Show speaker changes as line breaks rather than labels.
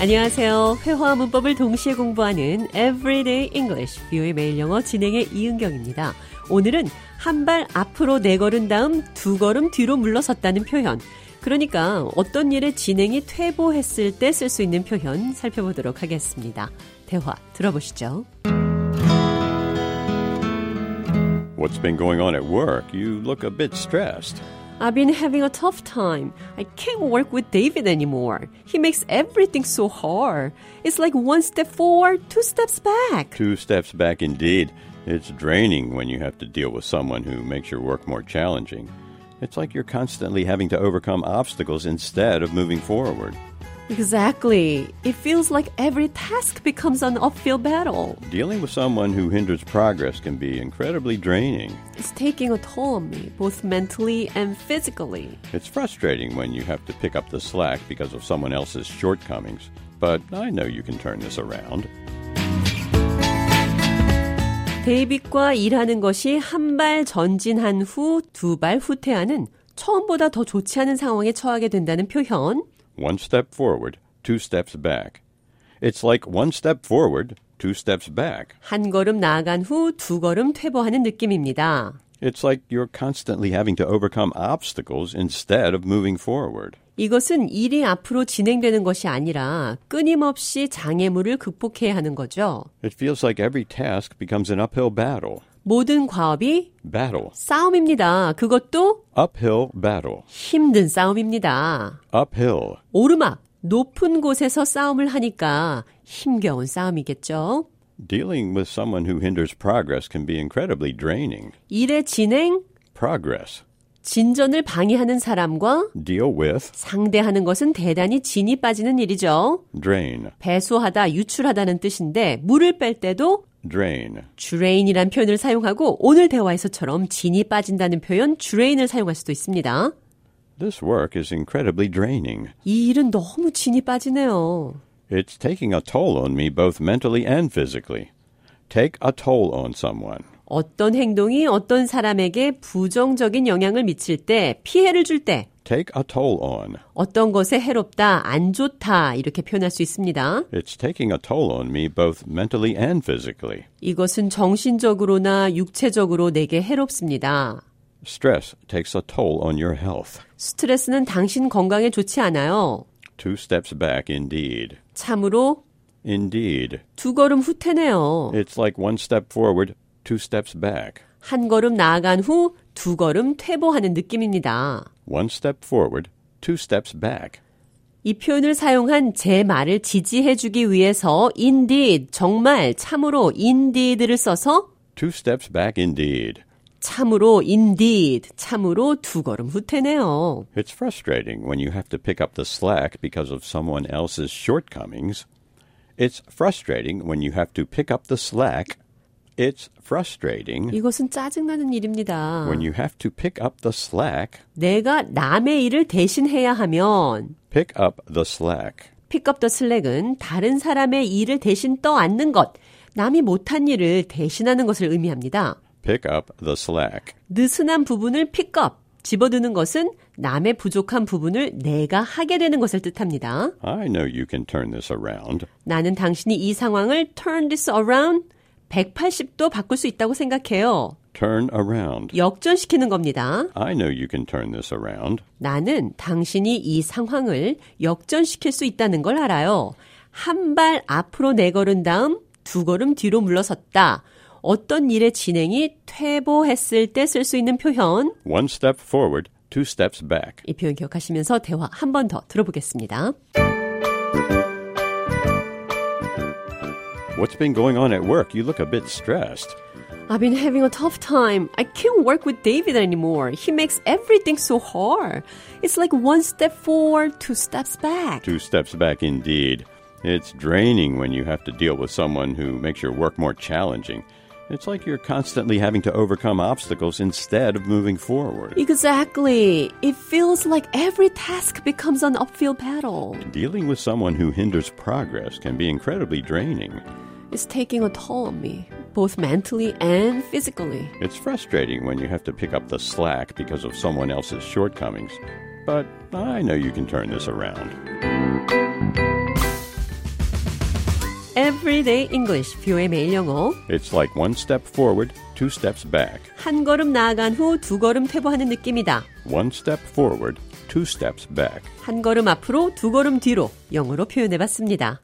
안녕하세요. 회화와 문법을 동시에 공부하는 Everyday English 뷰의 매일 영어 진행의 이은경입니다. 오늘은 한 발 앞으로 네 걸음 다음 두 걸음 뒤로 물러섰다는 표현. 그러니까 어떤 일의 진행이 퇴보했을 때 쓸 수 있는 표현 살펴보도록 하겠습니다. 대화 들어보시죠.
What's been going on at work? You look a bit stressed.
I've been having a tough time. I can't work with David anymore. He makes everything so hard. It's like one step forward, two steps back.
Two steps back indeed. It's draining when you have to deal with someone who makes your work more challenging. It's like you're constantly having to overcome obstacles instead of moving forward.
Exactly. It feels like every task becomes an uphill battle.
Dealing with someone who hinders progress can be incredibly draining.
It's taking a toll on me, both mentally and physically.
It's frustrating when you have to pick up the slack because of someone else's shortcomings, but I know you can turn this around.
데이빗과 일하는 것이 한 발 전진한 후 두 발 후퇴하는 처음보다 더 좋지 않은 상황에 처하게 된다는 표현.
One step forward, two steps back. It's like one step forward, two steps back.
한 걸음 나아간 후 두 걸음 퇴보하는 느낌입니다.
It's like you're constantly having to overcome obstacles instead of moving forward.
이것은 일이 앞으로 진행되는 것이 아니라 끊임없이 장애물을 극복해야 하는 거죠.
It feels like every task becomes an uphill battle.
모든 과업이
Battle.
싸움입니다. 그것도
Uphill battle.
힘든 싸움입니다.
Uphill.
오르막, 높은 곳에서 싸움을 하니까 힘겨운 싸움이겠죠.
Dealing with someone who hinders progress can be incredibly draining.
일의 진행,
Progress.
진전을 방해하는 사람과
Deal with.
상대하는 것은 대단히 진이 빠지는 일이죠.
Drain.
배수하다, 유출하다는 뜻인데 물을 뺄 때도
Drain.
drain이란 표현을 사용하고 오늘 대화에서처럼 진이 빠진다는 표현 drain을 사용할 수도 있습니다.
This work is incredibly draining.
이 일은 너무 진이 빠지네요.
It's taking a toll on me both mentally and physically. Take a toll on someone.
어떤 행동이 어떤 사람에게 부정적인 영향을 미칠 때, 피해를 줄 때,
Take a toll on.
어떤 것에 해롭다, 안 좋다, 이렇게 표현할 수 있습니다.
It's taking a toll on me both mentally and physically.
이것은 정신적으로나 육체적으로 내게 해롭습니다.
Stress takes a toll on your health.
스트레스는 당신 건강에 좋지 않아요.
Two steps back, indeed.
참으로
Indeed.
두 걸음 후퇴네요.
It's like one step forward, two steps back.
한 걸음 나아간 후 두 걸음 퇴보하는 느낌입니다.
One step forward, two steps back.
이 표현을 사용한 제 말을 지지해주기 위해서 indeed, 정말, 참으로 indeed를 써서
Two steps back, indeed.
참으로 indeed, 참으로 두 걸음 후퇴네요.
It's frustrating when you have to pick up the slack because of someone else's shortcomings. It's frustrating when you have to pick up the slack. It's frustrating
이것은 짜증나는 일입니다.
when you have to pick up the slack.
내가 남의 일을 대신해야 하면
Pick up the slack.
픽업 더 슬랙은 다른 사람의 일을 대신 떠안는 것, 남이 못한 일을 대신하는 것을 의미합니다.
Pick up the slack.
느슨한 부분을 픽업, 집어드는 것은 남의 부족한 부분을 내가 하게 되는 것을 뜻합니다.
I know you can turn this around.
나는 당신이 이 상황을 turn this around 180도 바꿀 수 있다고 생각해요.
Turn around.
역전시키는 겁니다.
I know you can turn this around.
나는 당신이 이 상황을 역전시킬 수 있다는 걸 알아요. 한 발 앞으로 내걸은 다음 두 걸음 뒤로 물러섰다. 어떤 일의 진행이 퇴보했을 때 쓸 수 있는 표현.
One step forward, two steps back.
이 표현 기억하시면서 대화 한 번 더 들어보겠습니다.
What's been going on at work? You look a bit stressed.
I've been having a tough time. I can't work with David anymore. He makes everything so hard. It's like one step forward, two steps back.
Two steps back indeed. It's draining when you have to deal with someone who makes your work more challenging. It's like you're constantly having to overcome obstacles instead of moving forward.
Exactly. It feels like every task becomes an uphill battle.
Dealing with someone who hinders progress can be incredibly draining.
It's taking a toll on me, both mentally and physically.
It's frustrating when you have to pick up the slack because of someone else's shortcomings. But I know you can turn this around.
Everyday English, 뷰의 매일 영어.
It's like one step forward, two steps back.
한 걸음 나아간 후 두 걸음 퇴보하는 느낌이다.
One step forward, two steps back.
한 걸음 앞으로 두 걸음 뒤로 영어로 표현해 봤습니다.